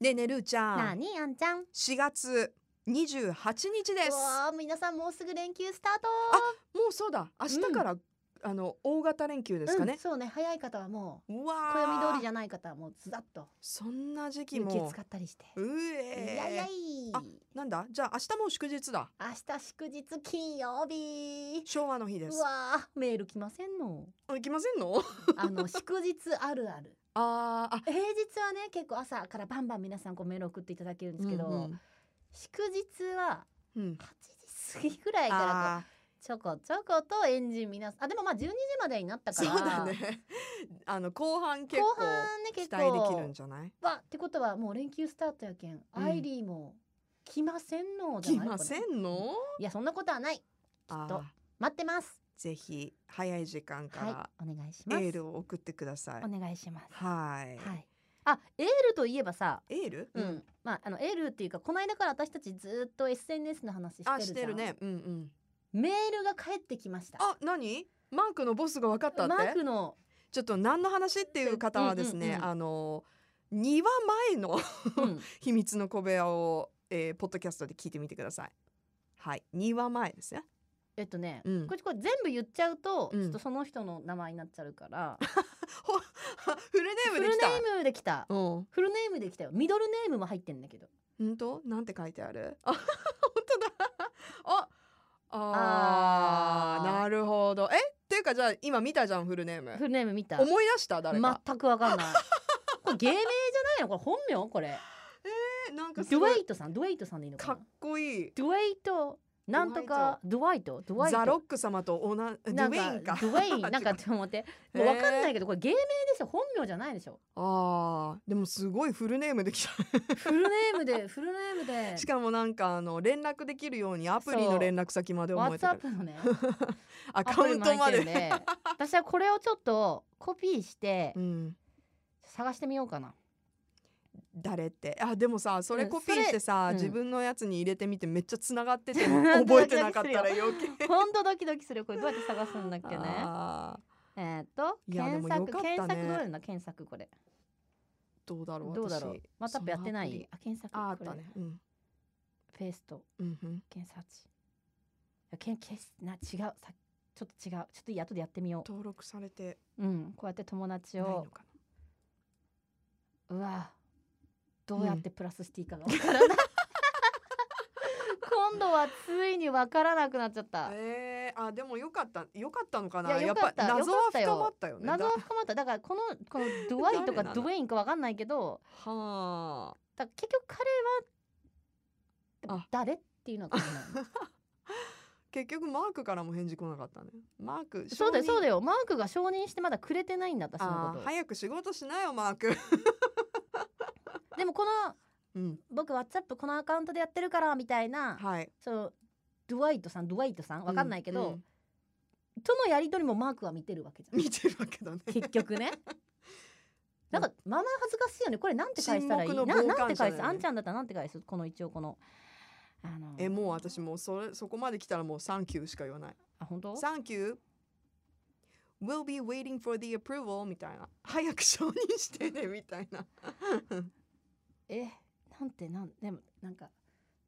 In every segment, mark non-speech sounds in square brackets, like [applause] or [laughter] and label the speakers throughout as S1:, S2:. S1: ねえねえるーちゃ
S2: なんにあんちゃん。
S1: 4月28日です
S2: うわー皆さんもうすぐ連休スタート
S1: もうそうだ明日から、あの大型連休ですか
S2: うん
S1: ね、
S2: そうね早い方はも
S1: う
S2: う
S1: わー
S2: 暦通りじゃない方はもうズダッと
S1: そんな時期
S2: 雪
S1: も
S2: 使ったりして。
S1: う
S2: い
S1: えー
S2: やいやい。
S1: あなんだじゃあ明日もう祝日だ
S2: 明日祝日金曜日。
S1: 昭和の日で
S2: う
S1: す
S2: わーメール来ませ
S1: [laughs]
S2: んの。
S1: あ行きません
S2: [laughs]
S1: の
S2: あの祝日あるある。
S1: あーあ
S2: 平日はね結構朝からバンバン皆さんこうメール送っていただけるんですけど、
S1: うん
S2: 祝日は
S1: うんうん
S2: 8時過ぎぐらいからこ
S1: あ
S2: うちょこちょことエンジン皆さんあでもまあ12時までになった
S1: ー
S2: か
S1: そう
S2: ら
S1: だね [laughs] あの後半結
S2: 後
S1: 構
S2: 半ね結
S1: 期待できる
S2: 構
S1: んじゃない
S2: わってことはもう連休スタートやけん、アイリーも来ませんのじゃ
S1: 来
S2: ない
S1: ませ
S2: こ
S1: んの
S2: れいやそんなことはない
S1: あ
S2: と
S1: ー
S2: 待ってます
S1: ぜひ早い時間から、
S2: はいお願いし
S1: エ
S2: ます
S1: ールを送ってください。
S2: お願いします
S1: はい。
S2: はいあエールといえばさ
S1: エール？
S2: うん、。まああのエールっていうかこの間から私たちずっと SNS の話してるじゃ
S1: あ、
S2: ん
S1: してるね。うんうん。
S2: メールが返ってきました
S1: あ、何？マークのボスが分かったっ
S2: マー
S1: て。[laughs]
S2: クの
S1: ちょっと何の話っていう方はですね、
S2: うんうんうん
S1: あの2話前の [laughs]
S2: うん
S1: 秘密の小部屋を、えー、ポッドキャストで聞いてみてください。はい、2話前ですね。 [laughs]
S2: えっとね、
S1: うん
S2: これこれ全部言っちゃうと、
S1: うん
S2: ちょっとその人の名前になっちゃう
S1: [laughs]
S2: から、
S1: フルネー
S2: フ
S1: ムで
S2: ルネ
S1: きた。
S2: ームできた
S1: うん。
S2: フルネームできたよミドルネームも入ってんだけど
S1: 本当？なんて書いてある？あ、本 [laughs] 当だ。あ、あ
S2: あー
S1: ーなるほど。え、っていうかじゃあ今見たじゃんフルネーム
S2: フ。ルネーム見た
S1: 思い出した誰か。
S2: 全くわかんない [laughs] これ芸名じゃないのこれ本名これ
S1: えなん
S2: ド
S1: かす
S2: ゥ
S1: ご
S2: エ
S1: い
S2: イトさんドゥエイトさんでいいのか
S1: か
S2: な
S1: っこいい。
S2: ドゥエイトなんとかドゥワイトドゥワイト
S1: ザロック様と同じド
S2: なん
S1: ゥ
S2: か
S1: ウェインか。
S2: ドゥ
S1: [laughs]
S2: エインなんかって思ってもうわかんないけどこれ芸名ですよ本名じゃないでしょ
S1: ああ、でもすごいフルネームでき
S2: [laughs] フルネー
S1: [laughs]
S2: ムでフルネームで
S1: た。しかもなんかあの連絡できるようにアプリの連絡先まで覚えてる。
S2: WhatsApp
S1: [laughs]
S2: のね
S1: アカウントま
S2: アプリも入ってるん
S1: で。
S2: で私はこれをちょっとコピーして
S1: うん。
S2: 探してみようかな
S1: 誰ってあでもさそれコピーしてさ、
S2: うんそれ
S1: 自
S2: うん
S1: 分のやつに入れてみてめっちゃつながって
S2: [laughs]
S1: ても覚えてなかったら余計
S2: ほんとドキドキするこれどうやって探すんだっけね
S1: あー
S2: えーっと
S1: いやで
S2: 検
S1: もよ
S2: 索
S1: かったね
S2: 検索どうやるの検索これ
S1: どうだろう
S2: どうだろう
S1: 私
S2: またやってな
S1: そのアプ
S2: い
S1: リ
S2: あ検索
S1: ああっ
S2: これ
S1: たねうん
S2: ペースト
S1: うんうん
S2: 検索けんけしな違うさちょっと違うちょっといい後でやってみよ
S1: 登録されて
S2: ううんこうやって友達
S1: ないの
S2: を
S1: かな
S2: うわどうやってプラスしていいかがわからない、今度はついにわからなくなっちゃった
S1: えー、あでもよかったよかったのかないや
S2: やよ
S1: っ
S2: か
S1: ぱ
S2: った
S1: 謎は
S2: よかったよ
S1: 深まったよね
S2: 謎
S1: だ
S2: は深まっただからこのこのドワイと
S1: 誰な
S2: か
S1: の
S2: ドウェインかわかんないけど
S1: は
S2: だから結局彼は
S1: あ
S2: 誰っていうのか [laughs] な
S1: あ結局マークからも返事来なかったねマーク
S2: そうだよそうだ
S1: よ
S2: よマークが承認してまだくれてないんだ私の
S1: あ
S2: こ
S1: ー早く仕事しなよマーク
S2: とでもこの
S1: うん
S2: 僕 WhatsApp このアカウントでやってるからみたいな、
S1: はい
S2: そのドワイトさんドワイトさんわかんないけど、
S1: うん
S2: とのやり取りもマークは見てるわけじゃん
S1: 見てるわけだね
S2: 結局
S1: [laughs]
S2: ね。なんかまあまあ恥ずかしいよね。これなんて返したらいい？
S1: 沈黙
S2: な
S1: の傍観者
S2: なんて返
S1: だ
S2: す？
S1: よね
S2: あんちゃんだったらなんて返す？この一応このあの
S1: えもう私もうそれそこまで来たらもうサンキューしか言わない
S2: あ本当？
S1: サンキュー Will be waiting for the approval みたいな早く承認してねみたいな
S2: えなんてなんでもなんか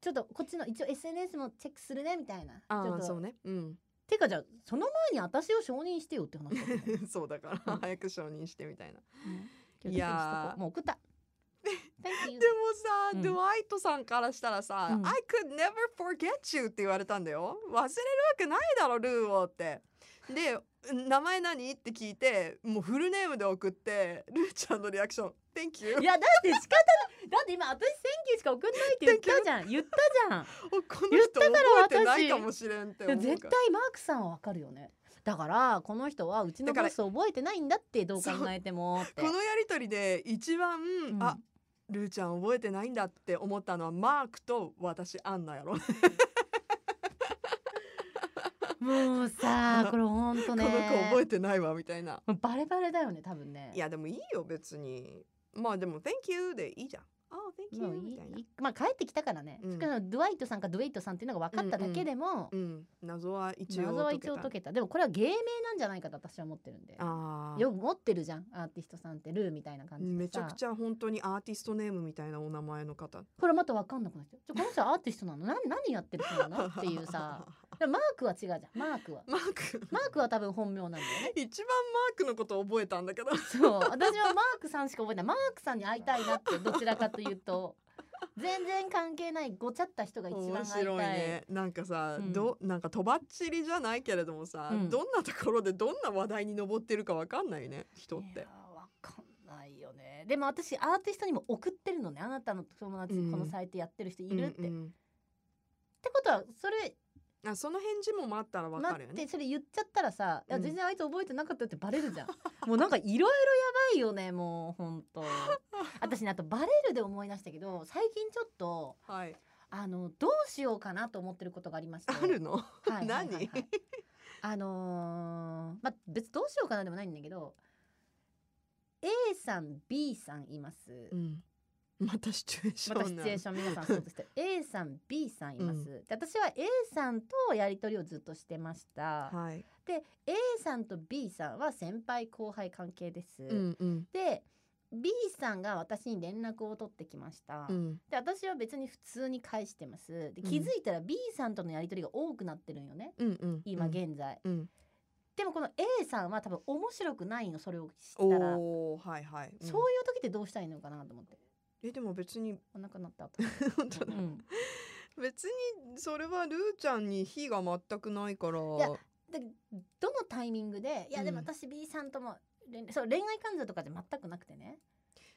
S2: ちょっとこっちの一応 SNS もチェックするねみたいな。
S1: あ
S2: ちょっ
S1: あ
S2: と
S1: そうねうん [laughs]
S2: てかじゃあその前に私を承認してよって話だよね。
S1: そうだから早く承認してみたいな
S2: うん
S1: いやー
S2: もう
S1: [laughs]
S2: 送った。Thank you
S1: でもさ、
S2: うん
S1: ドゥワイトさんからしたらさ「
S2: うん
S1: I could never forget you」って言われたんだよ忘れるわけないだろルーをってで「名前何?」って聞いてもうフルネームで送ってルーちゃんのリアクション「Thank you
S2: い」やだって仕方ない。だって今私 Thank you しか送んないって言ったじゃん。言ったじゃん。
S1: おこの
S2: 言っ
S1: 人
S2: たから
S1: 覚えてない
S2: 私
S1: かもしれんって
S2: で
S1: 思
S2: も
S1: うから
S2: 絶対マークさんはわかるよねだからこの人はうちの
S1: だから
S2: ボス覚えてないんだってどう考えてもって
S1: このやりとりで一番、
S2: うん
S1: あルーちゃん覚えてないんだって思ったのはマークと私アンナやろ、
S2: もうさこれほんと
S1: こ
S2: ね
S1: の子覚えてないわみたいな
S2: もうバレバレだよね多分ね
S1: いやでもいいよ別にまあでも「Thank you」でいいじゃん「あ、oh, Thank
S2: も
S1: you
S2: う」
S1: み
S2: い
S1: たい
S2: い
S1: ない
S2: いまあ帰ってきたからね、
S1: うん
S2: 少なくともドゥワイトさんかドゥエイトさんっていうのが分かっただけでも、
S1: うん、謎は一応
S2: 謎は一応解
S1: 解け
S2: けたでもこれは芸名なんじゃないかと私は思ってるんで
S1: たあー
S2: よく持ってるじゃんアーティストさんってルーみたいな感じでさ
S1: めちゃくちゃ本当にアーティストネームみたいなお名前の方
S2: ほらまた分かんなくなっちゃうじゃあこの人はアーティストなのな何やってる人なのってい
S1: [laughs]
S2: うさでもマークは違うじゃんマークは
S1: マーク
S2: マークは多分本名なんだよ
S1: [laughs]
S2: ね
S1: 一番マークのこと覚えたんだけど
S2: そう私はマークさんしか覚えてないマークさんに会いたいなってどちらかというと全然関係ないごちゃった [laughs] 人が一番
S1: 面
S2: 会いた
S1: 白
S2: い
S1: いねなんかさ、
S2: うん
S1: どなんかとばっちりじゃないけれどもさ、
S2: うん
S1: どんなところでどんな話題に上ってるかわかんないね人っ
S2: いや
S1: て。
S2: ーわかんないよねでも私アーティストにも送ってるのねあなたの友達
S1: うん
S2: このサイトやってる人いるって、
S1: うん
S2: っ
S1: うん
S2: てことはそれ
S1: あその返事も待ったらわか
S2: 待
S1: るよ
S2: っ
S1: ね
S2: て。それ言っちゃったらさ、い
S1: う
S2: や
S1: ん
S2: 全然あいつ覚えてなかったよってバレるじゃんもうなんかいろいろやばいよねもうほんと私ねあとバレるで思い出したけど最近ちょっと
S1: はい。
S2: あのどうしようかなと思ってることがありまして
S1: あるの？
S2: はいはいはいはい
S1: 何
S2: あのーまあ別どうしようかなでもないんだけど A さん B さんいます、
S1: うん。またシチュエーショ
S2: ま
S1: ンな
S2: たシチュエーション皆さんそうとして A さん B さんいます、
S1: うん
S2: で私は A さんとやり取りをずっとしてました、
S1: はい。
S2: で A さんと B さんは先輩後輩関係です、
S1: うんうん
S2: で B さんが私に連絡を取ってきました、
S1: うん。
S2: で私は別に普通に返してますで
S1: うん
S2: 気づいたら B さんとのやり取りが多くなってるんよね
S1: うんうん。
S2: 今現在、
S1: うん。
S2: でもこの A さんは多分面白くないのそれを知ったら
S1: おおはいはい。
S2: そうい
S1: ん
S2: う時ってどうしたらいいのかなと思って
S1: えでも別 [laughs] に
S2: お腹鳴った、
S1: 本当だ
S2: うん
S1: 別にそれはルーちゃんに非が全くないから。
S2: やでどのタイミングでいや
S1: うん
S2: でも私 B さんとも恋,、そう恋愛感情とかじゃ全くなくてね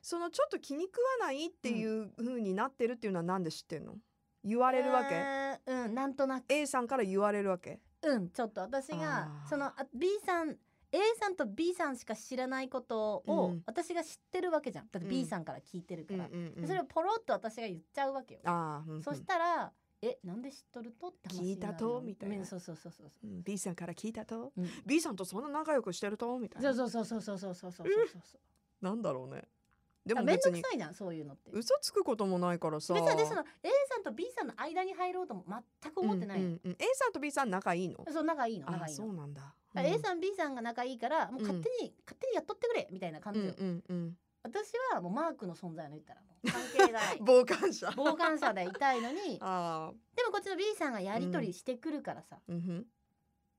S1: そのちょっと気に食わないっていう風になってるっていうのはなんで知ってんの言われるわけ
S2: けうんなんとなく
S1: A さんから言われるわけ
S2: うんちょっと私が
S1: あー
S2: そのあ B さん A さんと B さんしか知らないこと
S1: う
S2: を
S1: ん
S2: 私が知ってるわけじゃんだって
S1: うん
S2: B さんから聞いてる
S1: う
S2: か
S1: ん
S2: ら、
S1: うん
S2: でそれをポロッと私が言っちゃうわけよ、
S1: ああ、うんうん
S2: そしたら「えなんで知っとると?」って話に
S1: 聞い
S2: なるよ
S1: たとみたいな
S2: うんそうそうそうそう
S1: うん B さんから聞いたと
S2: そう、うん
S1: B さんとそんな仲良くしてるとみたいな
S2: そうそうそうそうそうそうそうそうそうそう
S1: なんだろうねで
S2: あ
S1: も
S2: 面
S1: 別
S2: 倒く
S1: に
S2: さいじゃんそういうのって
S1: 嘘つくこともないからさ
S2: 別に私その A さんと B さんの間に入ろうとも全く思ってない、
S1: うんうんうん A さんと B さん仲いいの
S2: そう仲いいの
S1: あ
S2: 仲いい
S1: そう
S2: の
S1: なんだ、
S2: だから A さん B さんが仲いいからもう勝手に、勝手にやっとってくれみたいな感
S1: う
S2: じ
S1: ん
S2: よ、
S1: うんうん
S2: 私はもうマークの存在の言ったらもう関係な
S1: う
S2: い
S1: ん傍観者
S2: 傍観者でいたいのに
S1: [laughs]
S2: でも
S1: ああ
S2: こっちの B さんがやり取りしてくるからさ、
S1: うんふん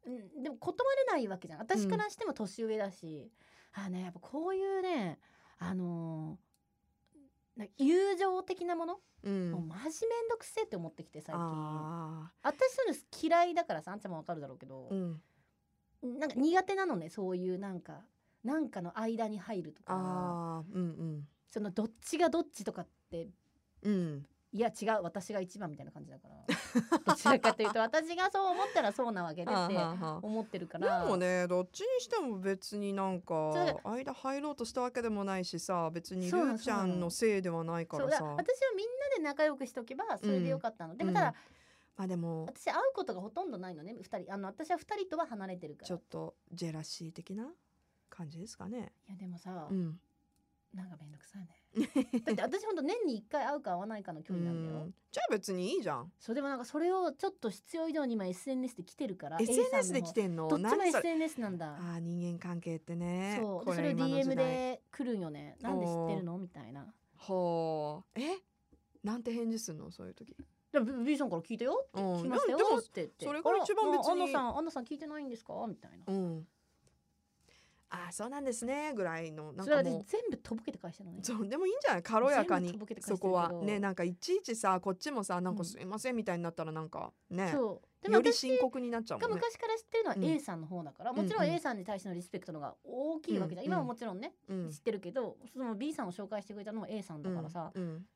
S2: うん、でも断れないわけじゃん私からしても年上だし、ああねやっぱこういうねあのーなんか友情的なもの、
S1: うん
S2: もうマジめんどくせえって思ってきて最近
S1: あ
S2: 私そういうの嫌いだからさあんちゃんもわかるだろうけど
S1: あ、うん
S2: なんか苦手なのねそういうなんかなんかの間に入るとか
S1: ああうん
S2: そのどっちがどっちとかって
S1: うんうん
S2: いや違う私が一番みたいな感じだからどちら [laughs] かというと私がそう思ったらそうなわけでっ
S1: あ
S2: て
S1: ーはーはー
S2: 思ってるか
S1: で
S2: ら
S1: もねどっちにしても別になんか
S2: そうだか
S1: 間入ろうとしたわけでもないしさ別にル
S2: そうなの
S1: ーちゃんのせいではないか
S2: そう
S1: ら
S2: だ
S1: さ
S2: から私はみんなで仲良くしとけばそれでよかったの、でもただ、
S1: まあでも
S2: 私会うことがほとんどないのね二人あの私は二人とは離れてるか
S1: ちょ
S2: らい
S1: っとジェラシー的な感じですかね。
S2: やでもさ、
S1: うん、
S2: なんかめんどくさいねだって私ほんと年に一回会うか会わないかの距離なんだよ、
S1: うんじゃあ別にいいじゃん。
S2: そうでもなんかそれをちょっと必要以上に今 SNS で来てるから A さ
S1: SNS
S2: ん
S1: で
S2: の
S1: 来てんの
S2: どっちも
S1: 何それ
S2: SNS なんだ
S1: ああ人間関係ってね。
S2: そうで
S1: こ
S2: それを
S1: 今の時
S2: DM
S1: 代。
S2: で来るんよねなんで知ってるのみたいな
S1: ほうえなんて返事するのそういう時。
S2: でも B さんから聞いたよって
S1: うん
S2: 聞きましたよ
S1: でも
S2: って言って
S1: それが一番
S2: あら
S1: 別に
S2: あアンナさんアンナさん聞いてないんですかみたいな
S1: うん。ああそうなんですねぐらいのなん
S2: それは
S1: か
S2: 私
S1: もう
S2: 全。部とぼけて返したのね
S1: そうでもいいんじゃない軽やか
S2: 全部
S1: に
S2: とぼけて返してる
S1: そ
S2: けど
S1: こはねなんかいちいちさこっちもさなん
S2: う
S1: か
S2: ん
S1: すいませんみたいになったらなんかね、
S2: そうでも
S1: より
S2: 私
S1: 深刻になっちゃう
S2: が
S1: もんね。
S2: 昔から知ってるのは
S1: うん
S2: A さんの方だから、もちろ
S1: うんんうん
S2: A さんに対してのリスペクトの方が大きいわけじゃん、
S1: うんうん
S2: 今はもちろんね、
S1: うん
S2: 知ってるけどその B さんを紹介してくれたのも A さんだからさ、
S1: うんうん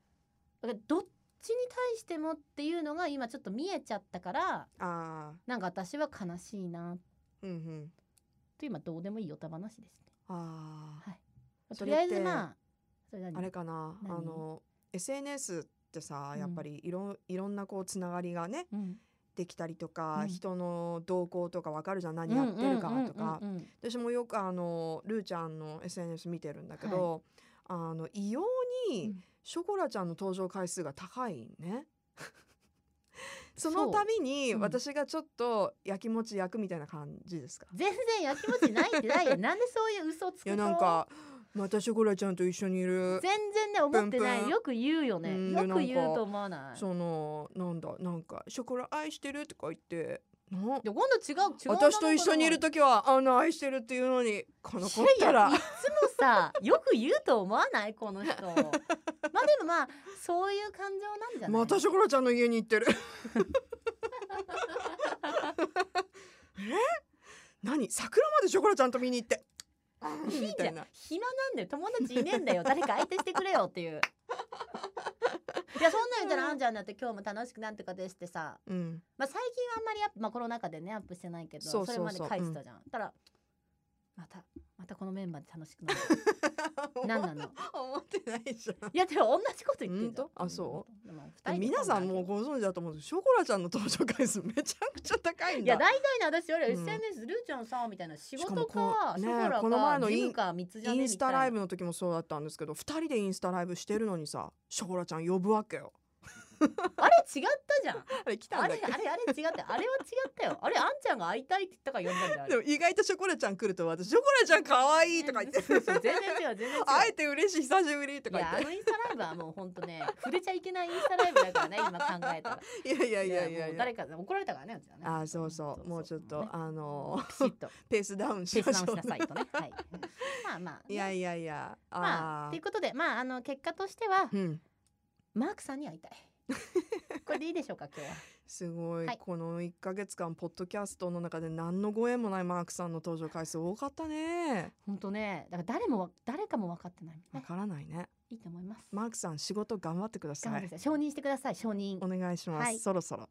S2: だからどっちに対してもっていうのが今ちょっと見えちゃったから
S1: ああ
S2: なんか私は悲しいな
S1: うんうん
S2: と今どうでもいいよた話ですね
S1: ああ
S2: と
S1: そ
S2: り
S1: れ
S2: あ
S1: っ
S2: え
S1: て
S2: ずまあそれ何
S1: あれかなあ
S2: 何
S1: の SNS ってさ
S2: うん
S1: やっぱりいろ,、ん、いろんなこうつながりがね
S2: うん
S1: できたりとか、
S2: うん
S1: 人の動向とかわかるじゃん何やってるかとか
S2: う、んうんうんうんうん
S1: 私もよくあのルーちゃんの SNS 見てるんだけど、あの異様
S2: う
S1: に
S2: ん
S1: ショコラちゃんの登場回数が高いね
S2: [laughs]
S1: そ
S2: そ
S1: の
S2: う
S1: 度に
S2: うん
S1: 私がちょっとやきもち焼くみたいな感じですか、
S2: 全然やきもちないってない
S1: [laughs]
S2: よなんでそういう嘘つく
S1: いや
S2: の
S1: なんかまたショコラちゃんと一緒にいる
S2: 全然ね思ってない
S1: ぷんぷん
S2: よく言うよね
S1: うん
S2: よ
S1: なんか
S2: く言うと思わない
S1: そのなんだなんかショコラ愛してるとか言ってな
S2: で今度違う違う
S1: 私と一緒にいる
S2: と
S1: 時はあの愛してるっていうのにこの子ったら
S2: いやいつもさよく言うと思わないこの人 [laughs] まあでもまあそういう感情なんじゃない
S1: またショコラちゃんの家に行
S2: [laughs]
S1: ってるえ何桜までショコラちゃんと見に行ってうん
S2: いい
S1: み
S2: じ
S1: た
S2: ゃ
S1: い
S2: ん
S1: な
S2: 暇なんだよ友達いねえんだよ誰か相手してくれよっ
S1: [laughs]
S2: ていういやそんなん言ったらあんちゃんだって今日も楽しくなんとかですってさ
S1: うん
S2: まあ、最近はあんまりアップ、まあ、コロナ禍でねアップしてないけど
S1: そ
S2: そう
S1: そうそう
S2: れまで書いてたじゃん、たらまたまたこのメンバーで楽しく
S1: [laughs]
S2: なる何なの
S1: 思ってないじゃん
S2: いやでも同じこと言ってるじゃ
S1: ほんとあそう
S2: でも
S1: で
S2: 二人
S1: も
S2: で
S1: 皆さんもうご存知だと思うんですけどショコラちゃんの登場回数めちゃくちゃ高いん
S2: い
S1: だ
S2: や大体ね私より
S1: うん
S2: SNS ルーちゃんさみたいな仕事
S1: しかもこ
S2: か
S1: う
S2: シ
S1: ね
S2: ョコラ
S1: この前
S2: か
S1: のイン
S2: ジムか三つじゃ
S1: イ
S2: ね
S1: ンスタライ
S2: み
S1: ブの時もそうだったんですけど二人でインスタライブしてるのにさショコラちゃん呼ぶわけよ
S2: たいなあれ違ったじゃん
S1: あれ来た
S2: あ
S1: ん
S2: れ
S1: だっ
S2: あれあれ違ったあれは違ったよあれあんちゃんが会いたいって言ったから呼んだんだよあ
S1: け
S2: れ
S1: でも意外とショコラちゃん来ると私ショコラちゃん可愛いとか言って
S2: [laughs] そうそう全然違う全然違う
S1: 会えて嬉しい久しぶりと
S2: い
S1: か
S2: やあ
S1: 言っ
S2: のインスタライブはもう本当ね触れちゃいけないインスタライブだからね今考えたら
S1: ていやいやいやい
S2: も
S1: や
S2: う
S1: いや
S2: 誰か怒られたからねうちはね
S1: あーそうそうもうちょっと
S2: ね
S1: あの [laughs]
S2: ピシッと
S1: ペースダウン
S2: ペ
S1: し
S2: ース
S1: ま
S2: ダウ
S1: しょ
S2: ンし
S1: う
S2: なさいとねはいまあまあ
S1: いやいやいや
S2: まあ
S1: あ
S2: という
S1: ー
S2: ことでまああの結果としては
S1: うん
S2: マークさんに会いたいこれでいいでしょうか今日は
S1: すごい、
S2: はい
S1: この1ヶ月間ポッドキャストの中で何のご縁もないマークさんの登場回数多かったね
S2: 本当ねだから誰もわ誰かも分かってない
S1: わ
S2: ね
S1: からないね
S2: いいと思います
S1: マークさん仕事頑張ってくだ
S2: 頑
S1: さ
S2: 張っ
S1: い
S2: てください承認してください承認
S1: お願いします、
S2: はい
S1: そろそろ